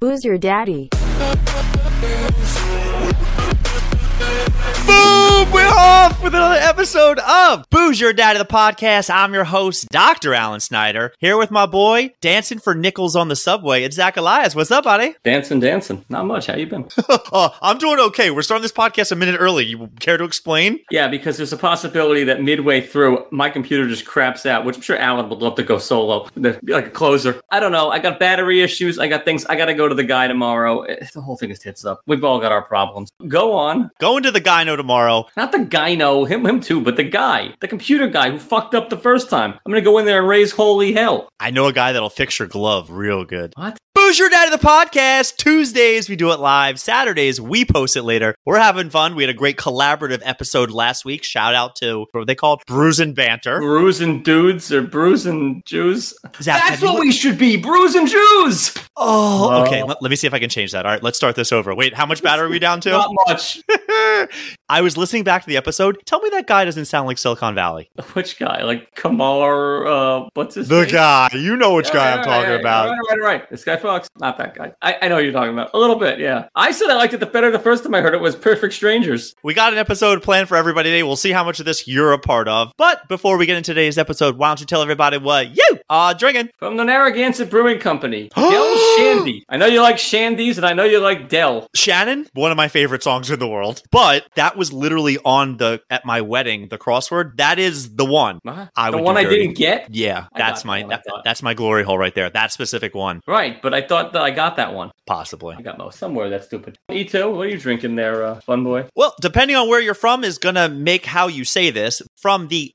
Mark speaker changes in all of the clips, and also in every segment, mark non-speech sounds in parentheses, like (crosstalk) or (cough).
Speaker 1: Who's your daddy?
Speaker 2: Boom! We're off with another episode of Booze Your Daddy the Podcast. I'm your host, Dr. Alan Snyder, here with my boy, dancing for nickels on the subway. It's Zach Elias. What's up, buddy?
Speaker 3: Dancing, dancing. Not much. How you been?
Speaker 2: oh, I'm doing okay. We're starting this podcast a minute early. You care to explain?
Speaker 3: (laughs) yeah, because there's a possibility that midway through, my computer just craps out, which I'm sure Alan would love to go solo, to be like a closer. I don't know. I got battery issues. I got things. I got to go to the guy tomorrow. Eh, the whole thing is tits up. We've all got our problems. Go on.
Speaker 2: Going to the gyno tomorrow.
Speaker 3: Not the guy, no, him, him too, but the guy, the computer guy who fucked up the first time. I'm gonna go in there and raise holy hell.
Speaker 2: I know a guy that'll fix your glove real good.
Speaker 3: What?
Speaker 2: Booze Your Daddy the podcast. Tuesdays we do it live. Saturdays we post it later. We're having fun. We had a great collaborative episode last week. Shout out to what they called Bruising Banter.
Speaker 3: Bruising dudes or bruising Jews?
Speaker 2: Zach, have
Speaker 3: That's
Speaker 2: you-
Speaker 3: what we should be, bruising Jews.
Speaker 2: Oh,
Speaker 3: Wow.
Speaker 2: okay. Let, let me see if I can change that. All right, let's start this over. Wait, how much battery are we down to?
Speaker 3: Not much.
Speaker 2: (laughs) I was listening back to the episode. Tell me that guy doesn't sound like Silicon Valley.
Speaker 3: (laughs) Which guy? Like Kamar? Uh, what's his name?
Speaker 2: guy. You know which
Speaker 3: Right, right, right. This guy Fox, not that guy. I, I know what you're talking about a little bit. Yeah, I said I liked it the better the first time I heard it was Perfect Strangers.
Speaker 2: We got an episode planned for everybody today. We'll see how much of this you're a part of. But before we get into today's episode, why don't you tell everybody what you are drinking?
Speaker 3: From the Narragansett Brewing
Speaker 2: (gasps)
Speaker 3: Company, Dell Shandy. I know you like Shandies, and I know you like Dell.
Speaker 2: Shannon, one of my favorite songs in the world, but that was literally on the at my wedding, the crossword. That is the one.
Speaker 3: Huh?
Speaker 2: I
Speaker 3: the
Speaker 2: would
Speaker 3: one
Speaker 2: do
Speaker 3: I
Speaker 2: dirty.
Speaker 3: didn't get.
Speaker 2: Yeah,
Speaker 3: I
Speaker 2: that's
Speaker 3: got
Speaker 2: my
Speaker 3: that one, I
Speaker 2: that-
Speaker 3: thought.
Speaker 2: that's my glory hole right there. That specific one,
Speaker 3: Right, but I thought that I got that one.
Speaker 2: possibly.
Speaker 3: I got most somewhere. That's stupid. Ito, what are you drinking there, uh, fun boy?
Speaker 2: Well, depending on where you're from is going to make how you say this. From the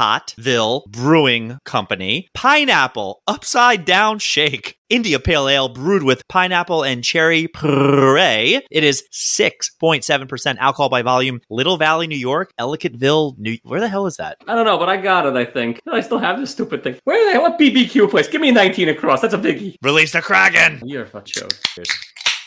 Speaker 2: Ellicottville Brewing Company, pineapple upside down shake. India Pale Ale brewed with pineapple and cherry puree. It is 6.7% alcohol by volume. Little Valley, New York, Ellicottville, New Where the hell is that?
Speaker 3: I don't know, but I got it. I think I still have this stupid thing. Where are they? What BBQ place? Give me a 19 across. That's a biggie.
Speaker 2: Release the Kraken.
Speaker 3: You're a fuck show.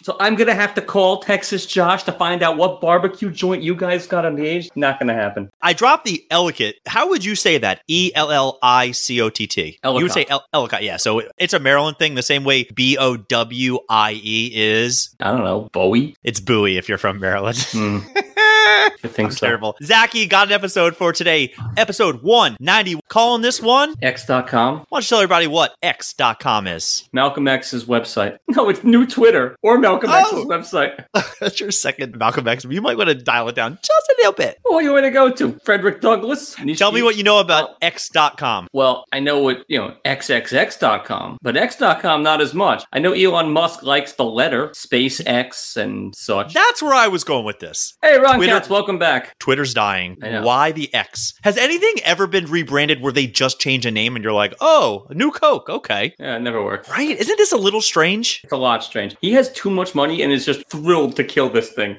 Speaker 3: So I'm gonna have to call Texas Josh to find out what barbecue joint you guys got engaged. Not gonna happen.
Speaker 2: I dropped the Ellicott. How would you say that? E L L I C O T T. You would
Speaker 3: Ellicott.
Speaker 2: say El- Ellicott, yeah. So it- it's a Maryland thing, the same way B O W I E is.
Speaker 3: I don't know, Bowie.
Speaker 2: It's Bowie if you're from (laughs) Maryland.
Speaker 3: Hmm, I think
Speaker 2: I'm
Speaker 3: so.
Speaker 2: terrible. Zachy got an episode for today, episode 190. Calling this one,
Speaker 3: X.com,
Speaker 2: why don't you tell everybody what X.com is?
Speaker 3: Malcolm X's website. (laughs) No, it's new Twitter or Malcolm
Speaker 2: Oh.
Speaker 3: X's website.
Speaker 2: (laughs) That's your second Malcolm X. You might want to dial it down just a little bit.
Speaker 3: Who are you going to go to? Frederick Douglass?
Speaker 2: Tell me what you know about X.com.
Speaker 3: Well, I know what, you know, XXX.com, but X.com not as much. I know Elon Musk likes the letter, SpaceX and such.
Speaker 2: That's where I was going with this.
Speaker 3: hey, Ron
Speaker 2: Twitter-
Speaker 3: Katz, welcome back.
Speaker 2: Twitter's dying.
Speaker 3: I know.
Speaker 2: Why the X? Has anything ever been rebranded where they just change a name and you're like, oh, new Coke? Okay.
Speaker 3: Yeah, it never worked.
Speaker 2: Right? Isn't this a little strange?
Speaker 3: It's a lot strange. He has too much money and is just thrilled to kill this
Speaker 2: (laughs)
Speaker 3: thing.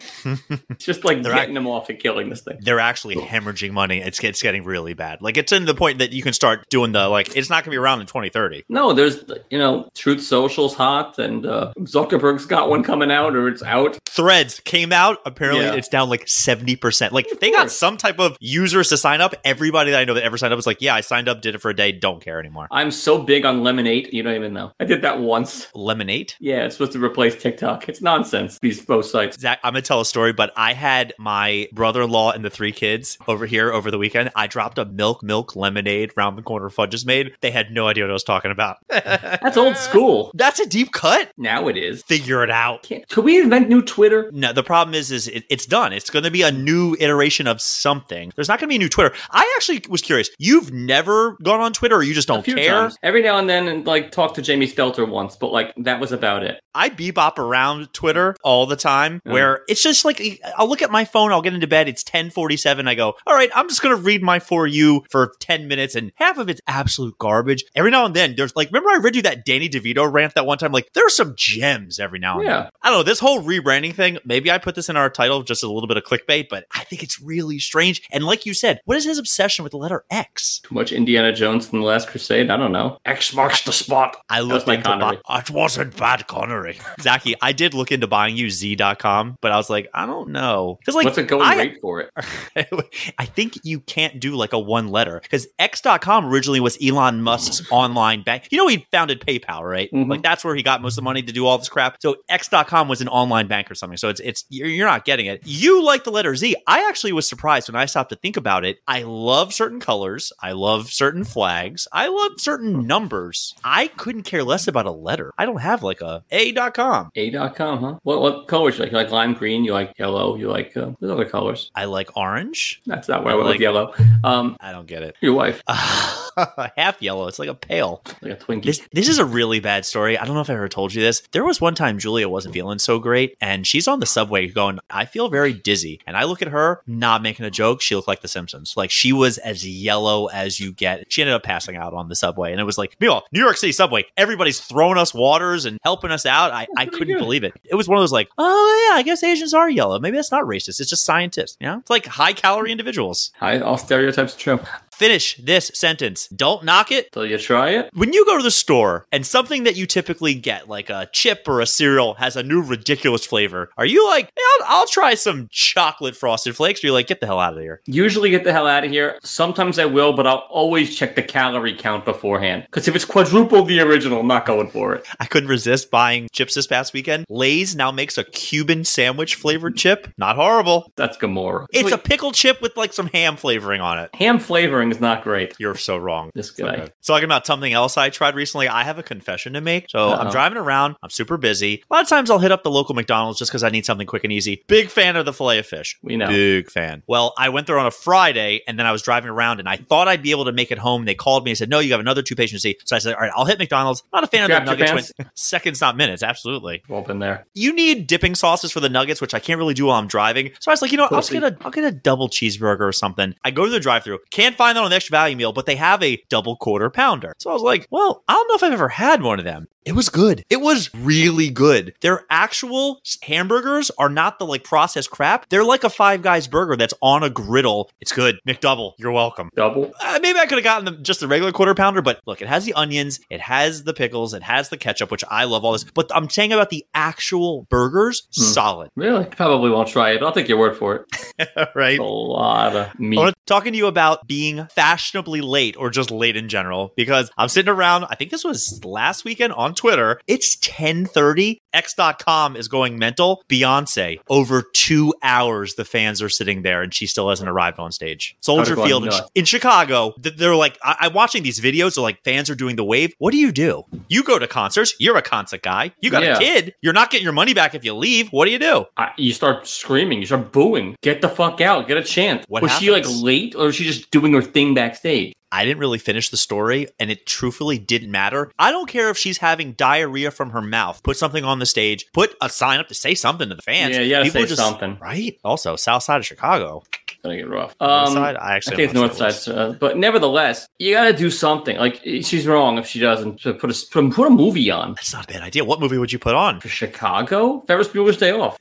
Speaker 3: it's just like
Speaker 2: They're
Speaker 3: getting him off and killing this thing.
Speaker 2: they're actually hemorrhaging money. It's it's getting really bad. Like it's in the point that you can start doing the like it's not going to be around in 2030.
Speaker 3: No, there's you know, Truth Social's hot and uh, Zuckerberg's got one coming out or it's out.
Speaker 2: Threads came out. Apparently,
Speaker 3: Yeah.
Speaker 2: it's down like 70. percent Like they got
Speaker 3: course.
Speaker 2: some type of users to sign up. Everybody that I know that ever signed up was like, yeah, I signed up, did it for a day, don't care anymore.
Speaker 3: I'm so big on lemonade, you don't even know. I did that once.
Speaker 2: Lemonade.
Speaker 3: Yeah, it's supposed to replace TikTok. It's nonsense. These both sites.
Speaker 2: Zach, I'm gonna tell a story, but I had my brother-in-law and the three kids over here over the weekend. I dropped a milk, milk lemonade round the corner fudge is made. They had no idea what I was talking about.
Speaker 3: That's old school.
Speaker 2: (laughs) That's a deep cut.
Speaker 3: Now it is.
Speaker 2: Figure it out.
Speaker 3: Can't, could we invent new Twitter?
Speaker 2: No, the problem is, is it, it's done. It's going to be a new iteration of something. There's not going to be a new Twitter. I actually was curious. You've never gone on Twitter, or you just
Speaker 3: A
Speaker 2: don't
Speaker 3: few
Speaker 2: care.
Speaker 3: times. Every now and then, and like talk to Jamie Stelter once, but like that was about it.
Speaker 2: I bebop around Twitter all the time,
Speaker 3: Yeah.
Speaker 2: where it's just like I'll look at my phone, I'll get into bed. It's 10:47. I go, all right, I'm just going to read my for you for 10 minutes, and half of it's absolute garbage. Every now and then, there's like, remember I read you that Danny DeVito rant that one time? Like, there's some gems every now and then.
Speaker 3: Yeah.
Speaker 2: I don't know. This whole rebranding thing, maybe I put this in our title just as a little bit of clickbait, but it. I think it's really strange. And like you said, what is his obsession with the letter X?
Speaker 3: Too much Indiana Jones from The Last Crusade. I don't know. X marks the spot.
Speaker 2: I looked
Speaker 3: my
Speaker 2: into
Speaker 3: Connery.
Speaker 2: bu- Oh, It wasn't bad Connery. Zachy, I did look into buying you Z.com, but I was like, I don't know. Because like
Speaker 3: What's a going
Speaker 2: I-
Speaker 3: rate for it?
Speaker 2: (laughs) I think you can't do like a one letter because X.com originally was Elon Musk's online bank. You know, he founded PayPal, right?
Speaker 3: Mhm.
Speaker 2: Like that's where he got most of the money to do all this crap. So X.com was an online bank or something. So it's, it's, you're, you're not getting it. You like the letter Z. I actually was surprised when I stopped to think about it. I love certain colors. I love certain flags. I love certain numbers. I couldn't care less about a letter. I don't have like a A.com.
Speaker 3: A.com, huh? What what colors you like? You like lime green? You like yellow? You like uh, there's other colors?
Speaker 2: I like orange.
Speaker 3: That's not where I
Speaker 2: I
Speaker 3: went
Speaker 2: like-
Speaker 3: with yellow. Um,
Speaker 2: I don't get it. (laughs)
Speaker 3: your wife,
Speaker 2: half yellow. It's like a pale.
Speaker 3: like a Twinkie.
Speaker 2: This this is a really bad story. I don't know if I ever told you this. There was one time Julia wasn't feeling so great, and she's on the subway going, "I feel very dizzy." And I look at her, not making a joke. She looked like The Simpsons. Like she was as yellow as you get. She ended up passing out on the subway, and it was like, meanwhile, New York City subway. Everybody's throwing us waters and helping us out. I, I
Speaker 3: pretty
Speaker 2: couldn't
Speaker 3: good.
Speaker 2: believe it. It was one of those like, oh yeah, I guess Asians are yellow. Maybe that's not racist. It's just scientists. You know, it's like high calorie individuals.
Speaker 3: Hi, all stereotypes are true.
Speaker 2: Finish this sentence. Don't knock it
Speaker 3: So you try it.
Speaker 2: when you go to the store and something that you typically get, like a chip or a cereal, has a new ridiculous flavor, are you like, "Yeah, I'll, I'll try some chocolate frosted flakes? Or you're like, get the hell out of here.
Speaker 3: Usually get the hell out of here. Sometimes I will, but I'll always check the calorie count beforehand. Because if it's quadruple the original, I'm not going for it.
Speaker 2: I couldn't resist buying chips this past weekend. Lay's now makes a Cuban sandwich flavored chip. Not horrible.
Speaker 3: That's Gamora.
Speaker 2: It's a
Speaker 3: Wait,
Speaker 2: pickle chip with like some ham flavoring on it.
Speaker 3: ham flavoring is not great.
Speaker 2: You're so wrong.
Speaker 3: This guy.
Speaker 2: So talking about something else I tried recently, I have a confession to make. So
Speaker 3: Uh-oh.
Speaker 2: I'm driving around, I'm super busy. A lot of times I'll hit up the local McDonald's just because I need something quick and easy. Big fan of the filet of fish.
Speaker 3: We know.
Speaker 2: Big fan. Well, I went there on a Friday and then I was driving around and I thought I'd be able to make it home. They called me and said, No, you have another two patients to see. So I said, All right, I'll hit McDonald's. Not a fan of
Speaker 3: Strapped
Speaker 2: the
Speaker 3: your
Speaker 2: nuggets.
Speaker 3: pants?
Speaker 2: when- seconds, not minutes. Absolutely.
Speaker 3: We've all been there.
Speaker 2: You need dipping sauces for the nuggets, which I can't really do while I'm driving. So I was like, you know, what, I'll just
Speaker 3: Pussy.
Speaker 2: get a I'll get a double cheeseburger or something. I go to the drive-thru, can't find that on the extra value meal, but they have a double quarter pounder. So I was like, well, I don't know if I've ever had one of them. It was good. It was really good. Their actual s- hamburgers are not the like processed crap. They're like a Five Guys burger that's on a griddle. It's good. McDouble. You're welcome.
Speaker 3: Double.
Speaker 2: Uh, maybe I could have gotten the, just the regular quarter pounder, but look, it has the onions, it has the pickles, it has the ketchup, which I love all this. But I'm saying about the actual burgers,
Speaker 3: Hmm.
Speaker 2: solid,
Speaker 3: Really? Probably won't try it. I'll take your word for it.
Speaker 2: right? (laughs)
Speaker 3: A lot of meat.
Speaker 2: I wanna- talking to you about being fashionably late or just late in general because I'm sitting around. I think this was last weekend on Twitter. It's 10:30. X.com is going mental. Beyonce over two hours. The fans are sitting there, and she still hasn't arrived on stage. Soldier
Speaker 3: gone
Speaker 2: Field in,
Speaker 3: nuts.
Speaker 2: in Chicago. th- They're like, I- I'm watching these videos. They're like, fans are doing the wave. What do you do? You go to concerts. You're a concert guy. You got
Speaker 3: Yeah.
Speaker 2: a kid. You're not getting your money back if you leave. What do you do?
Speaker 3: I, you start screaming, you start booing. Get the fuck out, get a chant.
Speaker 2: What
Speaker 3: was she like
Speaker 2: happens?
Speaker 3: late or was she just doing her thing backstage?
Speaker 2: I didn't really finish the story, and it truthfully didn't matter. I don't care if she's having diarrhea from her mouth. Put something on the stage. Put a sign up to say something to the fans.
Speaker 3: yeah, you gotta
Speaker 2: People
Speaker 3: say
Speaker 2: just-
Speaker 3: something.
Speaker 2: Right. Also, South Side of Chicago.
Speaker 3: Gonna get rough.
Speaker 2: North
Speaker 3: Um,
Speaker 2: side.
Speaker 3: I
Speaker 2: I actually
Speaker 3: think it's
Speaker 2: don't know
Speaker 3: north
Speaker 2: what
Speaker 3: side, uh, but nevertheless, you gotta do something. Like she's wrong if she doesn't So put a put a, put a movie on
Speaker 2: That's not a bad idea. What movie would you put on?
Speaker 3: for Chicago. Ferris Bueller's Day
Speaker 2: (laughs)
Speaker 3: Off.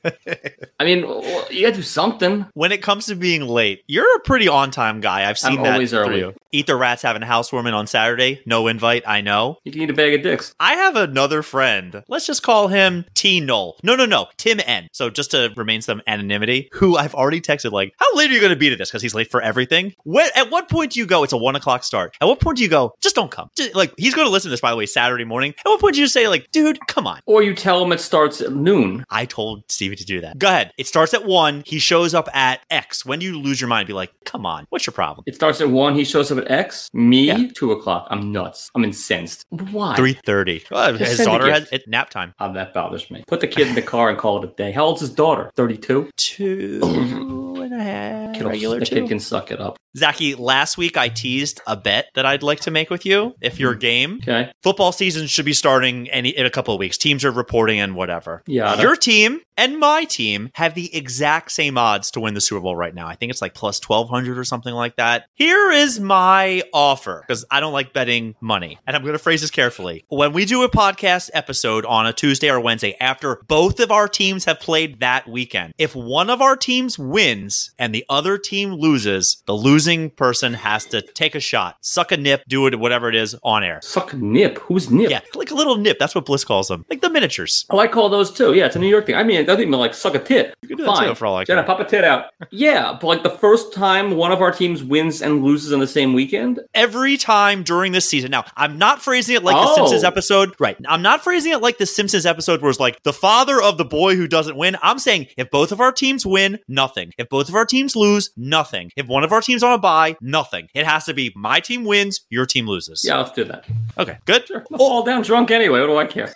Speaker 3: I mean, well, you gotta do something.
Speaker 2: When it comes to being late, you're a pretty on time guy. I've seen
Speaker 3: I'm
Speaker 2: that.
Speaker 3: always
Speaker 2: through
Speaker 3: early.
Speaker 2: you. Eat the Rats having a housewarming on Saturday. No invite. I know.
Speaker 3: You can eat a bag of dicks.
Speaker 2: I have another friend. Let's just call him T Null. No, no, no. Tim N. So just to remain some anonymity, who I've already texted, like, how late are you going to be to this? Because he's late for everything. When, at what point do you go? It's a one o'clock start. At what point do you go? Just don't come. Just- like, he's going to listen to this, by the way, Saturday morning. At what point do you say, like, dude, come on?
Speaker 3: Or you tell them it starts at noon.
Speaker 2: I told Stevie to do that. Go ahead. It starts at one. He shows up at X. When do you lose your mind? Be like, come on. What's your problem?
Speaker 3: It starts at one. He shows up at X. Me,
Speaker 2: Yeah.
Speaker 3: two o'clock. I'm nuts. I'm incensed. Why?
Speaker 2: Three thirty.
Speaker 3: Just
Speaker 2: his
Speaker 3: send a
Speaker 2: daughter
Speaker 3: gift.
Speaker 2: has it nap time.
Speaker 3: Oh, that bothers me. Put the kid in the car and call it a day. How old's his daughter? 32?
Speaker 2: Two and a half.
Speaker 3: kid,
Speaker 1: regular
Speaker 3: that kid
Speaker 1: too.
Speaker 3: can suck it up.
Speaker 2: Zachy, last week I teased a bet that I'd like to make with you if you're game.
Speaker 3: Okay.
Speaker 2: Football season should be starting any in a couple of weeks. Teams are reporting and whatever.
Speaker 3: Yeah.
Speaker 2: Your team and my team have the exact same odds to win the Super Bowl right now. I think it's like plus 1200 or something like that. Here is my offer because I don't like betting money. And I'm going to phrase this carefully. When we do a podcast episode on a Tuesday or Wednesday after both of our teams have played that weekend, if one of our teams wins and the other team loses, the losing person has to take a shot, suck a nip, do it, whatever it is on air.
Speaker 3: Suck nip. Who's nip?
Speaker 2: (laughs) Yeah, like a little nip. That's what Bliss calls them, like the miniatures.
Speaker 3: Oh, I call those too. Yeah, it's a New York thing. I mean, it doesn't even like suck a tit.
Speaker 2: You can do that
Speaker 3: Fine.
Speaker 2: too, for all I
Speaker 3: Jenna,
Speaker 2: care.
Speaker 3: pop a tit
Speaker 2: (laughs)
Speaker 3: out. yeah, but like the first time one of our teams wins and loses on the same weekend,
Speaker 2: every time during this season. Now, I'm not phrasing it like the
Speaker 3: Oh.
Speaker 2: Simpsons episode. Right. I'm not phrasing it like the Simpsons episode where it's like the father of the boy who doesn't win. I'm saying if both of our teams win, nothing. If both of our teams lose, nothing. If one of our teams on a bye, nothing. It has to be my team wins, your team loses.
Speaker 3: yeah, let's do that.
Speaker 2: Okay. Good. (laughs) Oh,
Speaker 3: Sure. I'll fall down drunk anyway. What do I care?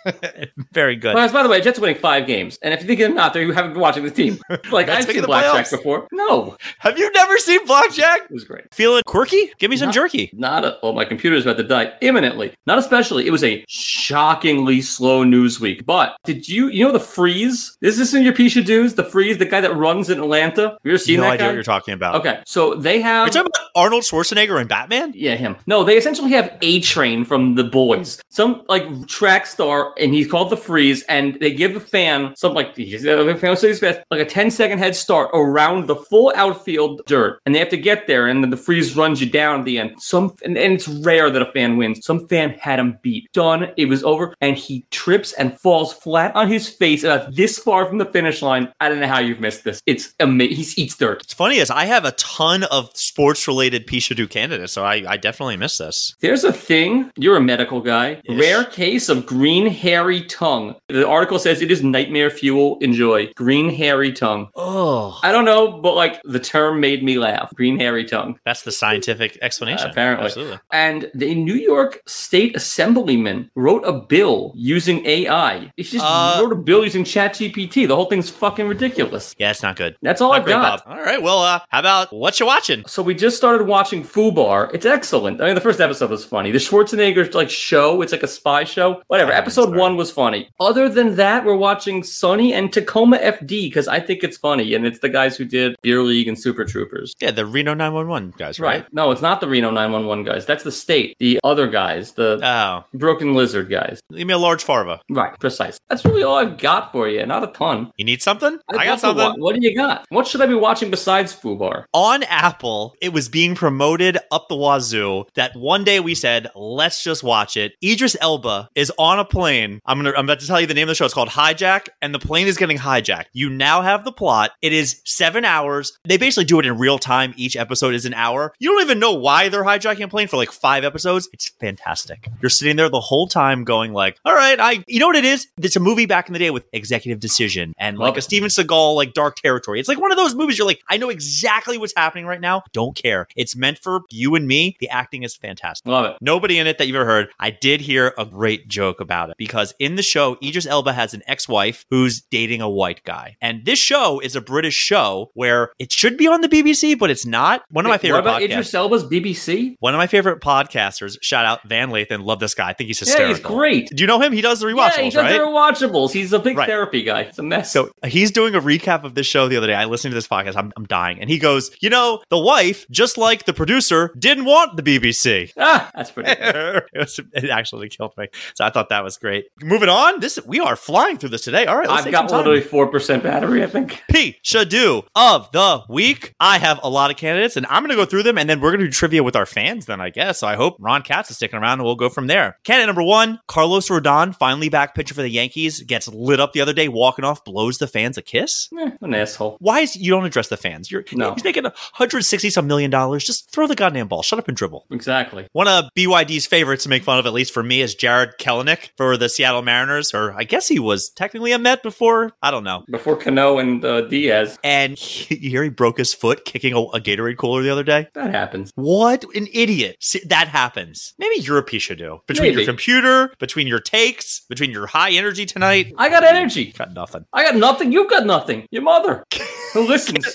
Speaker 2: Very good.
Speaker 3: Well, by the way, Jets are winning five games, and if you think I'm not there, you haven't been watching this
Speaker 2: (laughs)
Speaker 3: team. Like
Speaker 2: That's
Speaker 3: I've
Speaker 2: making
Speaker 3: seen
Speaker 2: the
Speaker 3: blackjack
Speaker 2: playoffs.
Speaker 3: before. No,
Speaker 2: Have you never seen Blackjack?
Speaker 3: it was great.
Speaker 2: Feeling quirky? Give me some
Speaker 3: Not-
Speaker 2: jerky.
Speaker 3: Not a, well, my computer's about to die imminently. Not especially. It was a shockingly slow news week. But did you you know the freeze? Is this in your Pisha dudes? The freeze, the guy that runs in Atlanta. Have you ever seen
Speaker 2: no
Speaker 3: that
Speaker 2: idea
Speaker 3: guy?
Speaker 2: what you're talking about.
Speaker 3: Okay, so they have.
Speaker 2: Are you talking about Arnold Schwarzenegger and Batman?
Speaker 3: yeah, him. No, they essentially have A Train from The Boys, some like track star, and he's called the Freeze. And they give a fan some like he's- uh, the fan says fast, like a 10 second head start around the full outfield dirt, and they have to get there. And then the Freeze runs you down at the end. Some and, and it's rare that a fan wins. Some fan had him beat, done. It was over, and he trips and falls flat on his face about this far from the finish line. I don't know how you've missed this. It's amazing. He eats dirt.
Speaker 2: It's funny is I have a ton of sports related Pishadu candidates, so I, I definitely missed this.
Speaker 3: There's a thing, you're a medical guy,
Speaker 2: Ish.
Speaker 3: rare case of green hairy tongue. The article says it is nightmare fuel. Enjoy. Green hairy tongue.
Speaker 2: Oh,
Speaker 3: I don't know, but like the term made me laugh. Green hairy tongue.
Speaker 2: that's the scientific explanation.
Speaker 3: Apparently.
Speaker 2: Absolutely.
Speaker 3: And the New York State Assemblyman wrote a bill using AI. He just
Speaker 2: Uh,
Speaker 3: wrote a bill using ChatGPT. The whole thing's fucking ridiculous.
Speaker 2: Yeah, it's not good.
Speaker 3: That's all
Speaker 2: Not
Speaker 3: I've
Speaker 2: great,
Speaker 3: got.
Speaker 2: Bob. All right. Well, uh, how about what you watching?
Speaker 3: So we just started watching Fubar. It's excellent. I mean, the first episode was funny. The Schwarzenegger like show. It's like a spy show. Whatever.
Speaker 2: I haven't
Speaker 3: episode
Speaker 2: started.
Speaker 3: one was funny. Other than that, we're watching Sonny and Tacoma FD because I think it's funny, and it's the guys who did Beer League and Super Troopers.
Speaker 2: Yeah, the Reno 911 guys, right?
Speaker 3: No, it's not the Reno 911 guys. That's the state. The other guys, the
Speaker 2: Oh,
Speaker 3: Broken Lizard guys.
Speaker 2: leave me a large farva.
Speaker 3: Right. Precise. That's really all I've got for you. Not a ton.
Speaker 2: You need something? I, got
Speaker 3: I'd love to wa-
Speaker 2: something.
Speaker 3: What do you got? What should I be watching besides Fubar?
Speaker 2: On Apple, it was being promoted up the wazoo that one day we said, let's just watch it. Idris Elba is on a plane. I'm gonna I'm about to tell you the name of the show. It's called Hijack, and the plane is getting hijacked. You now have the plot. It is seven hours. They basically do it in real time. Each episode is an hour. You don't even know why they're hijacking a plane for like five episodes. It's fantastic. You're sitting there the whole time going like, all right, I you know what it is? It's a movie back in the day with executive decision and
Speaker 3: Love
Speaker 2: like a
Speaker 3: it.
Speaker 2: Steven Seagal like dark territory. It's like one of those movies you're like, I know exactly what's happening right now. Don't care. It's meant for you and me. The acting is fantastic.
Speaker 3: Love it.
Speaker 2: Nobody in it that you've ever heard. I did hear a great joke about it because in the show, Idris Elba has an ex wife who's dating a white guy. And this show is a British show where it should be on the BBC, but it's not. One of my favorite
Speaker 3: What about
Speaker 2: podcasts.
Speaker 3: Idris Elba's BBC?
Speaker 2: one of my favorite podcasters, shout out Van Lathan. Love this guy. I think he's
Speaker 3: Yeah,
Speaker 2: hysterical.
Speaker 3: he's great.
Speaker 2: Do you know him? He does the rewatchables,
Speaker 3: Yeah, he does
Speaker 2: right?
Speaker 3: the rewatchables. He's a big
Speaker 2: Right.
Speaker 3: therapy guy. It's a mess.
Speaker 2: So he's doing a recap of this show the other day. I listened to this podcast. I'm, I'm dying. And he goes, You know, the wife, just like the producer, didn't want the BBC.
Speaker 3: ah, that's pretty. good.
Speaker 2: (laughs) it, was- it actually killed me. So I thought that was great. Moving on, this we are flying through this today. All right, let's
Speaker 3: I've
Speaker 2: take
Speaker 3: got
Speaker 2: some time.
Speaker 3: literally four percent battery. I think.
Speaker 2: P. Shadu of the week. I have a lot of candidates, and I'm going to go through them, and then we're going to do trivia with our fans. Then I guess. So I hope Ron Katz is sticking around, and we'll go from there. Candidate number one: Carlos Rodon, finally back pitcher for the Yankees, gets lit up the other day, walking off, blows the fans a kiss
Speaker 3: Eh, an asshole.
Speaker 2: why is you don't address the fans? You're
Speaker 3: No.
Speaker 2: he's making 160 some million dollars. Just throw the goddamn ball. Shut up and dribble.
Speaker 3: Exactly.
Speaker 2: One of BYD's favorites to make fun of, at least for me, is Jared Kelenic for the Seattle Mariners, or I guess he was technically a Met before. I don't know.
Speaker 3: Before Cano and uh, Diaz,
Speaker 2: And (laughs) he, you hear he broke his foot kicking a, a Gatorade cooler the other day.
Speaker 3: that happens.
Speaker 2: What an idiot. See, that happens. Maybe you're a piece of do. Between your
Speaker 3: Maybe.
Speaker 2: computer, between your takes,
Speaker 3: Mm-hmm.
Speaker 2: between your high energy tonight.
Speaker 3: I got energy.
Speaker 2: Got nothing.
Speaker 3: I got nothing. You've got nothing. Your mother.
Speaker 2: (laughs)
Speaker 3: Who listens?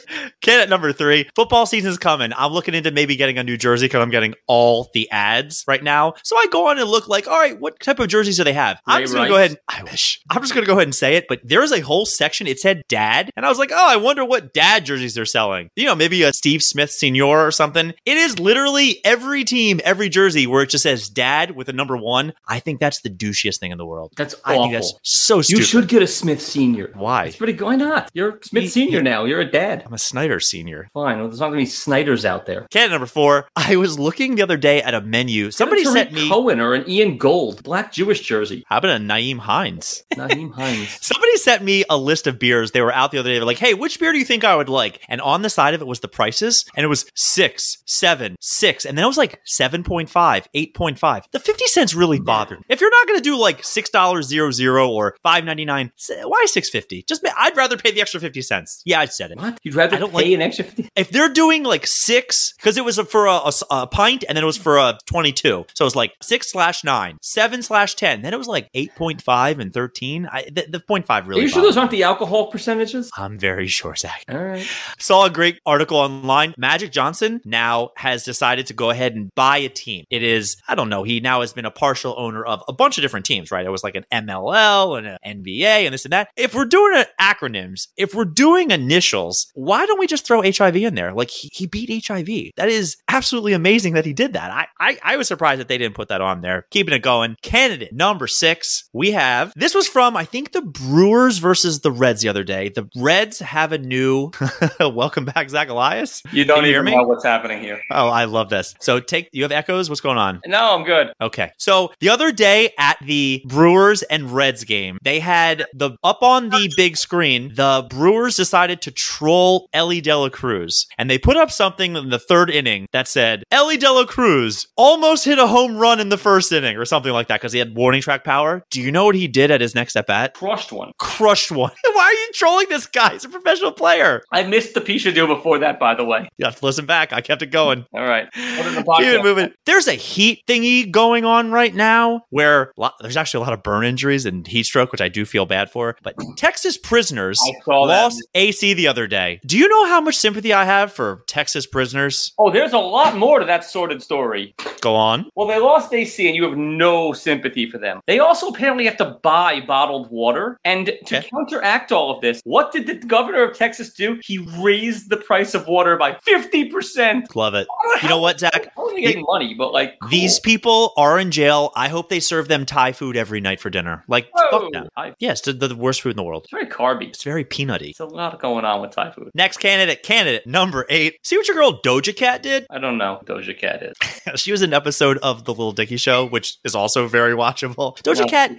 Speaker 2: Kid at number three, football season's coming. I'm looking into maybe getting a new jersey because I'm getting all the ads right now. So I go on and look like, all right, what type of jerseys do they have? I'm
Speaker 3: Ray
Speaker 2: just gonna
Speaker 3: Rice.
Speaker 2: go ahead. And, I wish I'm just gonna go ahead and say it, but there is a whole section. It said dad, and I was like, oh, I wonder what dad jerseys they're selling. You know, maybe a Steve Smith senior or something. It is literally every team, every jersey where it just says dad with a number one. I think that's the douchiest thing in the world.
Speaker 3: That's
Speaker 2: I think
Speaker 3: awful.
Speaker 2: that's so
Speaker 3: you
Speaker 2: stupid.
Speaker 3: should get a Smith Senior.
Speaker 2: Why?
Speaker 3: It's pretty. Why not? You're Smith
Speaker 2: He-
Speaker 3: Senior now. You're a dad.
Speaker 2: I'm a Snyder senior.
Speaker 3: Fine. Well, there's not gonna be Snyders out there.
Speaker 2: Candidate number four. I was looking the other day at a menu. Somebody
Speaker 3: Get a
Speaker 2: sent
Speaker 3: Tariq
Speaker 2: me.
Speaker 3: Cohen or an Ian Gold, black
Speaker 2: (laughs)
Speaker 3: Jewish jersey.
Speaker 2: How about a Naeem Hines?
Speaker 3: Naheem Hines.
Speaker 2: Somebody sent me a list of beers. They were out the other day. They were like, hey, which beer do you think I would like? And on the side of it was the prices, and it was six, seven, six. And then it was like 7.5, 8.5. The 50 cents really bothered. me. If you're not going to do like $6.00 or $5.99, say- why 6.50? Just, ma- I'd rather pay the extra 50 cents. Yeah, I said it.
Speaker 3: What? You'd rather
Speaker 2: I don't
Speaker 3: pay
Speaker 2: like-
Speaker 3: an extra fifty?
Speaker 2: if they're doing like six because it was for a, a s- a pint and then it was for a 22 so it was like six slash nine seven slash ten then it was like 8.5 and 13 I, the, the 0.5
Speaker 3: Are
Speaker 2: really
Speaker 3: you sure
Speaker 2: bothered
Speaker 3: those aren't the alcohol percentages?
Speaker 2: me. i'm very sure zach
Speaker 3: All right.
Speaker 2: saw a great article online magic johnson now has decided to go ahead and buy a team it is i don't know he now has been a partial owner of a bunch of different teams right it was like an mll and an nba and this and that if we're doing uh, acronyms if we're doing initials why don't we just throw hiv in there like he, he beat hiv that is absolutely amazing that he did that I, I i was surprised that they didn't put that on there keeping it going candidate number six we have this was from i think the brewers versus the reds the other day the reds have a new (laughs) Welcome back, Zach Elias.
Speaker 1: You
Speaker 2: Can
Speaker 1: don't
Speaker 2: you hear
Speaker 1: even
Speaker 2: me?
Speaker 1: know what's happening here.
Speaker 2: Oh, I love this. So take you have echoes. What's going on?
Speaker 1: No, I'm good.
Speaker 2: Okay. So the other day at the Brewers and Reds game, they had the up on the big screen, the Brewers decided to troll Ellie Dela Cruz. And they put up something in the third inning that said, Ellie Dela Cruz almost hit a home run in the first inning or something like that, because he had warning track power. Do you know what he did at his next at bat?
Speaker 1: Crushed one.
Speaker 2: Crushed one. (laughs) Why are you trolling this guy? He's a professional player.
Speaker 1: I missed the Pisha deal before that, by the way.
Speaker 2: You have to listen back. I kept it going.
Speaker 1: All right. Put it in the
Speaker 2: Keep it
Speaker 1: podcast.
Speaker 2: moving. There's a heat thingy going on right now where lo- there's actually a lot of burn injuries and heat stroke, which I do feel bad for. But Texas prisoners
Speaker 1: I saw that.
Speaker 2: lost AC the other day. Do you know how much sympathy I have for Texas prisoners?
Speaker 1: Oh, there's a lot more to that sordid story.
Speaker 2: Go on.
Speaker 1: Well, they lost AC, and you have no sympathy for them. They also apparently have to buy bottled water. And to
Speaker 2: Okay.
Speaker 1: counteract all of this, what did the governor of Texas do? He raised the price of water by 50%.
Speaker 2: Love it. You know what, Zach?
Speaker 1: Only getting money, but like cool.
Speaker 2: These people are in jail. I hope they serve them Thai food every night for dinner. Like,
Speaker 1: Whoa.
Speaker 2: fuck them.
Speaker 1: I- it's
Speaker 2: Yes, the, the worst food in the world.
Speaker 1: very carby.
Speaker 2: It's very peanutty.
Speaker 1: It's a lot going on with Thai food.
Speaker 2: Next candidate, candidate number eight. See what your girl Doja Cat did?
Speaker 1: I don't know. who Doja Cat is.
Speaker 2: (laughs) she was in an episode of the Little Dicky Show, which is also very watchable. Doja Cat.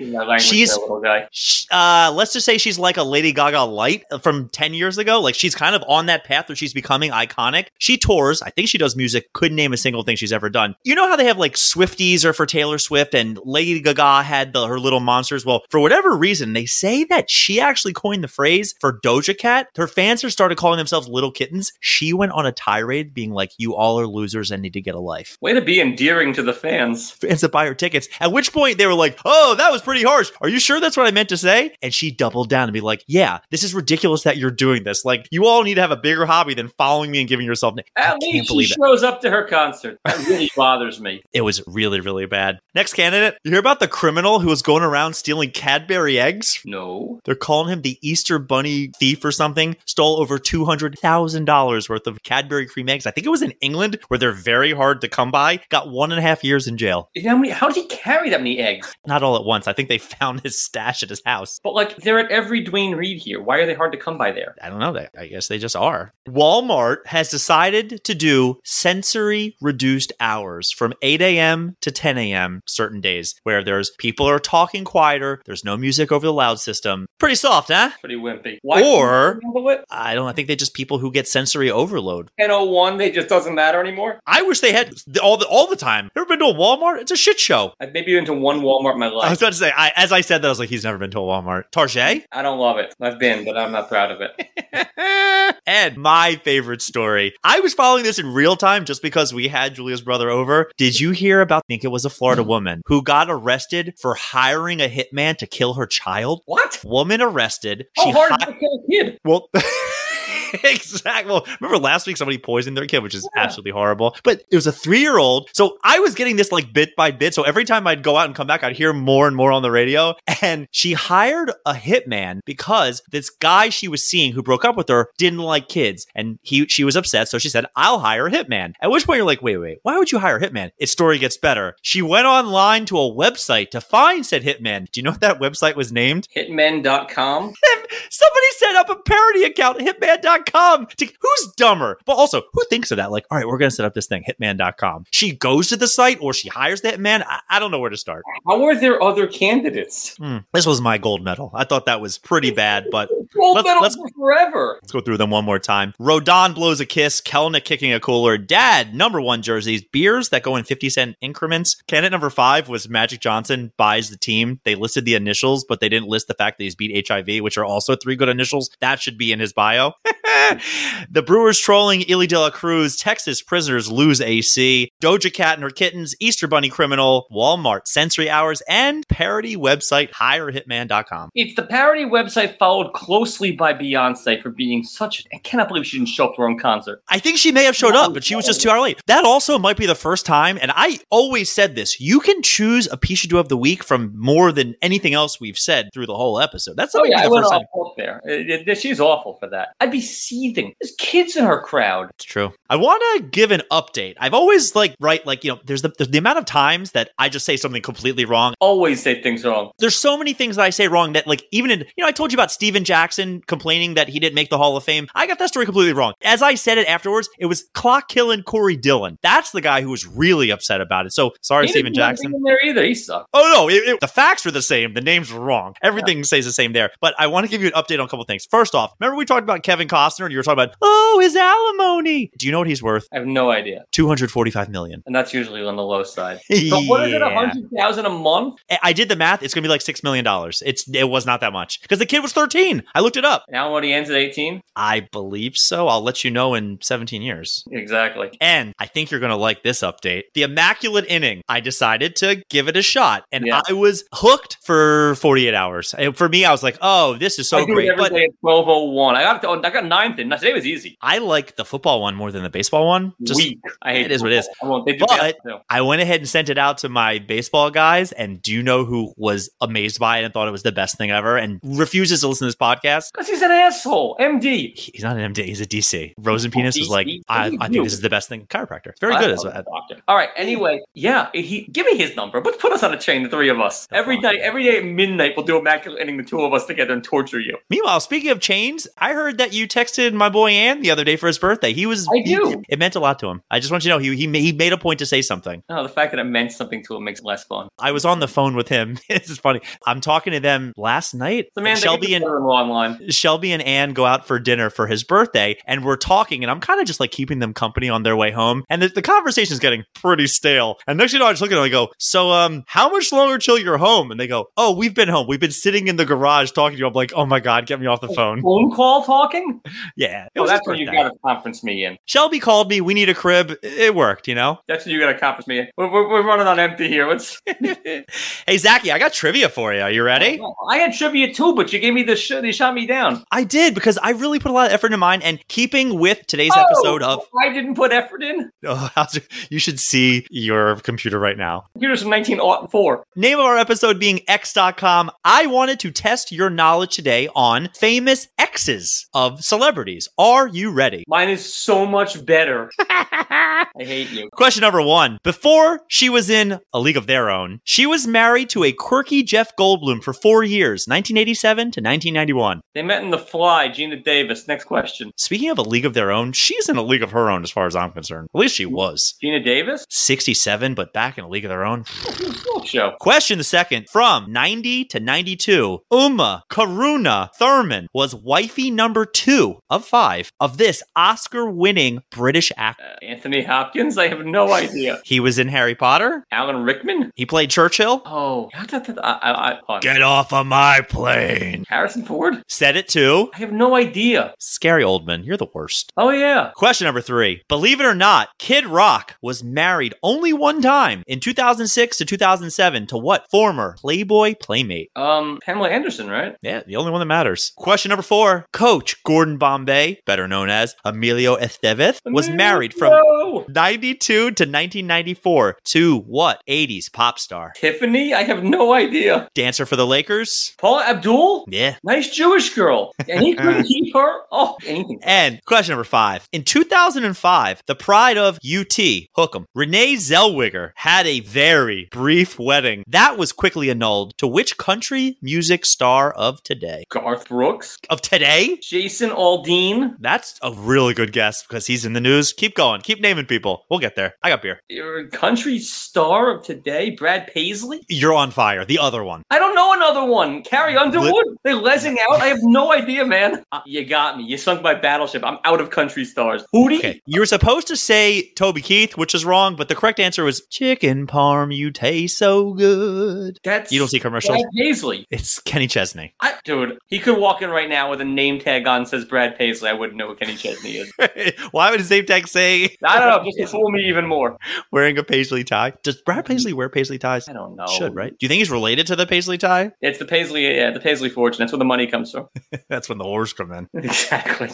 Speaker 2: she's-
Speaker 1: She's a little guy.
Speaker 2: sh- Uh, let's just say she's like a Lady Gaga light from 10 years ago. Like she's kind of on that path where she's becoming iconic. She tours. I think she does music. Couldn't name a single thing she's ever done. You know how they have like Swifties are for Taylor Swift and Lady Gaga had the, her little monsters. Well, for whatever reason, they say that she actually coined the phrase for Doja Cat. Her fans have started calling themselves little kittens. She went on a tirade being like, you all are losers and need to get a life
Speaker 1: Way to be endearing to the fans.
Speaker 2: fans to buy her tickets. At which point they were like, "Oh, that was pretty harsh. Are you sure that's what I meant to say?" And she doubled down and be like, "Yeah, this is ridiculous that you're doing this. Like, you all need to have a bigger hobby than following me and giving yourself." na-"
Speaker 1: At
Speaker 2: I
Speaker 1: least
Speaker 2: can't
Speaker 1: she
Speaker 2: believe it.
Speaker 1: shows up to her concert. That really (laughs) bothers me.
Speaker 2: It was really, really bad. Next candidate, you hear about the criminal who was going around stealing Cadbury eggs?
Speaker 1: No.
Speaker 2: They're calling him the Easter Bunny thief or something. Stole over two hundred thousand dollars worth of Cadbury cream eggs. I think it was in England where they're very hard to come by. Got one and a half years in jail.
Speaker 1: How many? How did he carry that many eggs?
Speaker 2: Not all at once. I think they (laughs) found his stash at his house.
Speaker 1: But like, they're at every Dwayne Reed here. Why are they hard to come by there?
Speaker 2: I don't know. They, I guess they just are. Walmart has decided to do sensory reduced hours from 8 a.m. to 10 a.m. certain days where there's people are talking quieter. There's no music over the loud system. Pretty soft, huh?
Speaker 1: Pretty wimpy. Why can't
Speaker 2: Or-
Speaker 1: they handle it?
Speaker 2: I don't. I think they just people who get sensory overload.
Speaker 1: 1001, they just doesn't matter anymore.
Speaker 2: I wish they had th- all the all the time. Ever been to a Walmart? It's a shit show.
Speaker 1: I've maybe been to one Walmart in my
Speaker 2: I was
Speaker 1: life.
Speaker 2: about to say. I, as I said that, I was like, he's never been to a Walmart. Tarjay.
Speaker 1: I don't love it. I've been, but I'm not proud of it.
Speaker 2: (laughs) and my favorite story. I was following this in real time just because we had Julia's brother over. Did you hear about, I think it was a Florida woman who got arrested for hiring a hitman to kill her child?
Speaker 1: What?
Speaker 3: Oh,
Speaker 2: Woman arrested.
Speaker 1: How hard
Speaker 2: hi-
Speaker 1: is it to kill a kid?
Speaker 2: well, (laughs) exactly. Well, remember last week somebody poisoned their kid, which is absolutely horrible. But it was a three year old. So I was getting this like bit by bit. So every time I'd go out and come back, I'd hear more and more on the radio. And she hired a hitman because this guy she was seeing who broke up with her didn't like kids. And he she was upset. So she said, I'll hire a hitman. At which point you're like, wait, wait, why would you hire a hitman? Its story gets better. She went online to a website to find said hitman. Do you know what that website was named?
Speaker 3: Hitmen.com.
Speaker 2: Somebody set up a parody account, hitman.com. To, who's dumber? But also, who thinks of that? Like, all right, we're going to set up this thing, hitman.com. She goes to the site or she hires the hitman. I, I don't know where to start.
Speaker 3: How are there other candidates?
Speaker 2: Hmm. This was my gold medal. I thought that was pretty bad, but
Speaker 3: Gold
Speaker 2: Let's-
Speaker 3: medal
Speaker 2: let's-
Speaker 3: for forever.
Speaker 2: let's go through them one more time. Rodon blows a kiss, Kelnick kicking a cooler, Dad, number one jerseys, beers that go in 50 cent increments. Candidate number five was Magic Johnson buys the team. They listed the initials, but they didn't list the fact that he's beat HIV, which are also three good initials. That should be in his bio. (laughs) the Brewers trolling Illy De La Cruz, Texas prisoners lose AC, Doja Cat and her kittens, Easter Bunny criminal, Walmart sensory hours, and parody website hirehitman.com.
Speaker 3: It's the parody website followed closely by Beyonce for being such. A, I cannot believe she didn't show up to her own concert.
Speaker 2: I think she may have showed up, but she was just two hours late. That also might be the first time, and I always said this: you can choose a piece you do of the week from more than anything else we've said through the whole episode. That's
Speaker 3: Oh
Speaker 2: not
Speaker 3: yeah, I
Speaker 2: the
Speaker 3: went
Speaker 2: first
Speaker 3: off
Speaker 2: time.
Speaker 3: up there. It- it- she's awful for that. I'd be seething. There's kids in her crowd.
Speaker 2: It's true. I want to give an update. I've always like right, like you know, there's the there's the amount of times that I just say something completely wrong.
Speaker 3: Always say things wrong.
Speaker 2: there's so many things that I say wrong that like even in you know I told you about Steven Jackson complaining that he didn't make the Hall of Fame. I got that story completely wrong. As I said it afterwards, it was clock killing Corey Dillon. That's the guy who was really upset about it. So sorry,
Speaker 3: He
Speaker 2: Steven
Speaker 3: didn't do anything
Speaker 2: Jackson.
Speaker 3: in there either. He sucked.
Speaker 2: Oh no, it, it- the facts are the same. The names were wrong. Everything stays the same there. But I want to give you an update on a couple things. First off, remember we talked about Kevin Costner and you were talking about oh his alimony. Do you know what he's worth?
Speaker 3: I have no idea,
Speaker 2: Two hundred forty-five million.
Speaker 3: and that's usually on the low side. But what is it? A
Speaker 2: Yeah.
Speaker 3: hundred thousand a month?
Speaker 2: I- I did the math. It's going to be like six million dollars. It's it was not that much because the kid was thirteen. I looked it up.
Speaker 3: Now when he ends at eighteen,
Speaker 2: I believe so. I'll let you know in seventeen years.
Speaker 3: exactly.
Speaker 2: And I think you're going to like this update. The Immaculate Inning. I decided to give it a shot and
Speaker 3: Yeah.
Speaker 2: I was hooked for 48 hours. And for me, I was like, oh, this is so
Speaker 3: I do
Speaker 2: great.
Speaker 3: it every
Speaker 2: But
Speaker 3: day at twelve oh one. I got I got ninth in. Today was easy.
Speaker 2: I like the football one more than the baseball one. Just
Speaker 3: Weak. I hate
Speaker 2: it is what it is.
Speaker 3: I won't. They do the
Speaker 2: But-
Speaker 3: opposite.
Speaker 2: I went ahead and sent it out to my baseball guys. And do you know who was amazed by it and thought it was the best thing ever and refuses to listen to this podcast?
Speaker 3: Because he's an asshole. MD.
Speaker 2: He- He's not an MD, he's a DC. Rosenpenis was like,
Speaker 3: DC? What
Speaker 2: I,
Speaker 3: do you
Speaker 2: I think
Speaker 3: do?
Speaker 2: this is the best thing. Chiropractor. Very
Speaker 3: I
Speaker 2: good.
Speaker 3: love
Speaker 2: Is
Speaker 3: the
Speaker 2: what
Speaker 3: doctor. All right. Anyway, yeah. He give me his number. But put us on a chain, the three of us. Every
Speaker 2: fine.
Speaker 3: night, every day at midnight, we'll do immaculate inning, the two of us together, and torture you.
Speaker 2: Meanwhile, speaking of chains, I heard that you texted my boy Ann the other day for his birthday. He was.
Speaker 3: I
Speaker 2: he-
Speaker 3: do.
Speaker 2: it meant a lot to him. I just want you to know he he, ma- he made a point to say something.
Speaker 3: No, Oh, the fact that it meant something to him makes it less fun.
Speaker 2: I was on the phone with him. (laughs) this is funny. I'm talking to them last night.
Speaker 3: The man
Speaker 2: Shelby and
Speaker 3: mother-in-law
Speaker 2: (laughs)
Speaker 3: online.
Speaker 2: Shelby and Ann go out for dinner for his birthday, and we're talking, and I'm kind of just like keeping them company on their way home. And the, the conversation's getting pretty stale. And next thing you know, I just look at them and I go, So, um, how much longer till you're home? And they go, Oh, we've been home. We've been sitting in the garage talking to you. I'm like, Oh my God, get me off the phone. (laughs)
Speaker 3: Phone call talking?
Speaker 2: Yeah. it
Speaker 3: Oh,
Speaker 2: was his
Speaker 3: that's what you
Speaker 2: birthday.
Speaker 3: got to conference me in.
Speaker 2: Shelby called me. We need a crib. It worked, you know.
Speaker 3: That's what you got to conference me in. We're, we're, we're running on empty
Speaker 2: (laughs)
Speaker 3: here. What's
Speaker 2: Hey, Zachy, I got trivia for you. Are you ready?
Speaker 3: I had trivia too, but you gave me the sh- you shot me down.
Speaker 2: I did because I really put a lot of effort into mine. And keeping with today's
Speaker 3: Oh,
Speaker 2: episode of, (laughs)
Speaker 3: I didn't put effort in.
Speaker 2: oh, how's your- you should see your computer right now.
Speaker 3: Computers from 1904.
Speaker 2: Name of our episode being X.com. I wanted to test your knowledge today on famous exes of celebrities. Are you ready?
Speaker 3: Mine is so much better. I hate you.
Speaker 2: Question number one. Before she was in A League of Their Own, she was married to a quirky Jeff Goldblum for four years, 1987 to 1991.
Speaker 3: They met in The Fly, Gina Davis. Next question.
Speaker 2: Speaking of A League of Their Own, she's in A League of Her Own as far as I'm concerned. At least she was.
Speaker 3: Gina Davis?
Speaker 2: 67, but back in A League of Their Own.
Speaker 3: Cool show.
Speaker 2: Question the second. From 90 to 92, Uma Karuna Thurman was wifey number two of five of this Oscar winning British actor.
Speaker 3: Uh, Anthony Hopkins? I have no idea.
Speaker 2: He was in Harry Potter.
Speaker 3: Alan Rickman?
Speaker 2: He played Churchill.
Speaker 3: Oh, I, I, I, I,
Speaker 2: Get off of my plane.
Speaker 3: Harrison Ford?
Speaker 2: Said it too.
Speaker 3: I have no idea.
Speaker 2: Scary old man, you're the worst.
Speaker 3: Oh, yeah.
Speaker 2: Question number three. Believe it or not, Kid Rock was married only one time in 2006 to 2007 to what former Playboy playmate?
Speaker 3: Um, Pamela Anderson, right?
Speaker 2: Yeah, the only one that matters. Question number four. Coach Gordon Bombay, better known as Emilio Estevez, was married from
Speaker 3: No!
Speaker 2: 92 to 1994 to what 80s pop star?
Speaker 3: Tiffany? I have no idea.
Speaker 2: Dancer for the Lakers?
Speaker 3: Paula Abdul?
Speaker 2: Yeah.
Speaker 3: Nice Jewish girl. And
Speaker 2: (laughs)
Speaker 3: he couldn't keep her? Oh, anything.
Speaker 2: And question number five. In 2005, the pride of UT, Hookem, Renee Zellweger had a very brief wedding. That was quickly annulled to which country music star of today?
Speaker 3: Garth Brooks?
Speaker 2: Of today?
Speaker 3: Jason Aldean?
Speaker 2: That's a really good guess because he's in the news. Keep going. Keep naming people. We'll get there. I got beer.
Speaker 3: Your Country star of today? Brad Paisley?
Speaker 2: You're on fire. The other one.
Speaker 3: I don't know another one. Carrie Underwood? They're lesing out? I have no idea, man. Uh, you got me. You sunk my battleship. I'm out of country stars. Hootie?
Speaker 2: Okay. You were supposed to say Toby Keith, which is wrong, but the correct answer was chicken parm. You taste so good.
Speaker 3: That's
Speaker 2: You don't see commercials.
Speaker 3: Brad Paisley.
Speaker 2: It's Kenny Chesney.
Speaker 3: I, dude, he could walk in right now with a name tag on that says Brad Paisley. I wouldn't know who Kenny
Speaker 2: (laughs)
Speaker 3: Chesney is.
Speaker 2: Why would his name tag say
Speaker 3: I don't know. Just to fool me even more.
Speaker 2: wearing a paisley tie? Does Brad Paisley wear paisley ties?
Speaker 3: I don't know.
Speaker 2: Should, right? Do you think he's related to the paisley tie?
Speaker 3: It's the Paisley, yeah, the Paisley fortune. That's where the money comes from.
Speaker 2: (laughs) That's when the wars come in.
Speaker 3: exactly.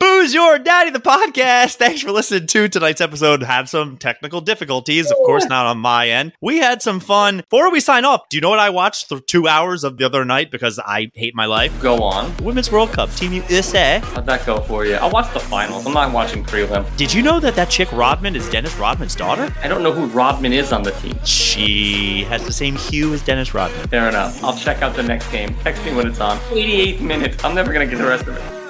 Speaker 2: Booze your daddy the podcast. Thanks for listening to tonight's episode. Had some technical difficulties, of course, not on my end. We had some fun. Before we sign off, do you know what I watched for two hours of the other night because I hate my life?
Speaker 3: Go on.
Speaker 2: Women's World Cup, Team USA.
Speaker 3: How'd that go for you? I'll watch the finals. I'm not watching prelim.
Speaker 2: Did you know that that chick Rodman is Dennis Rodman's daughter?
Speaker 3: I don't know who Rodman is on the team.
Speaker 2: She has the same hue as Dennis Rodman.
Speaker 3: Fair enough. I'll check out the next game. Text me when it's on. 88th minute. I'm never going to get the rest of it.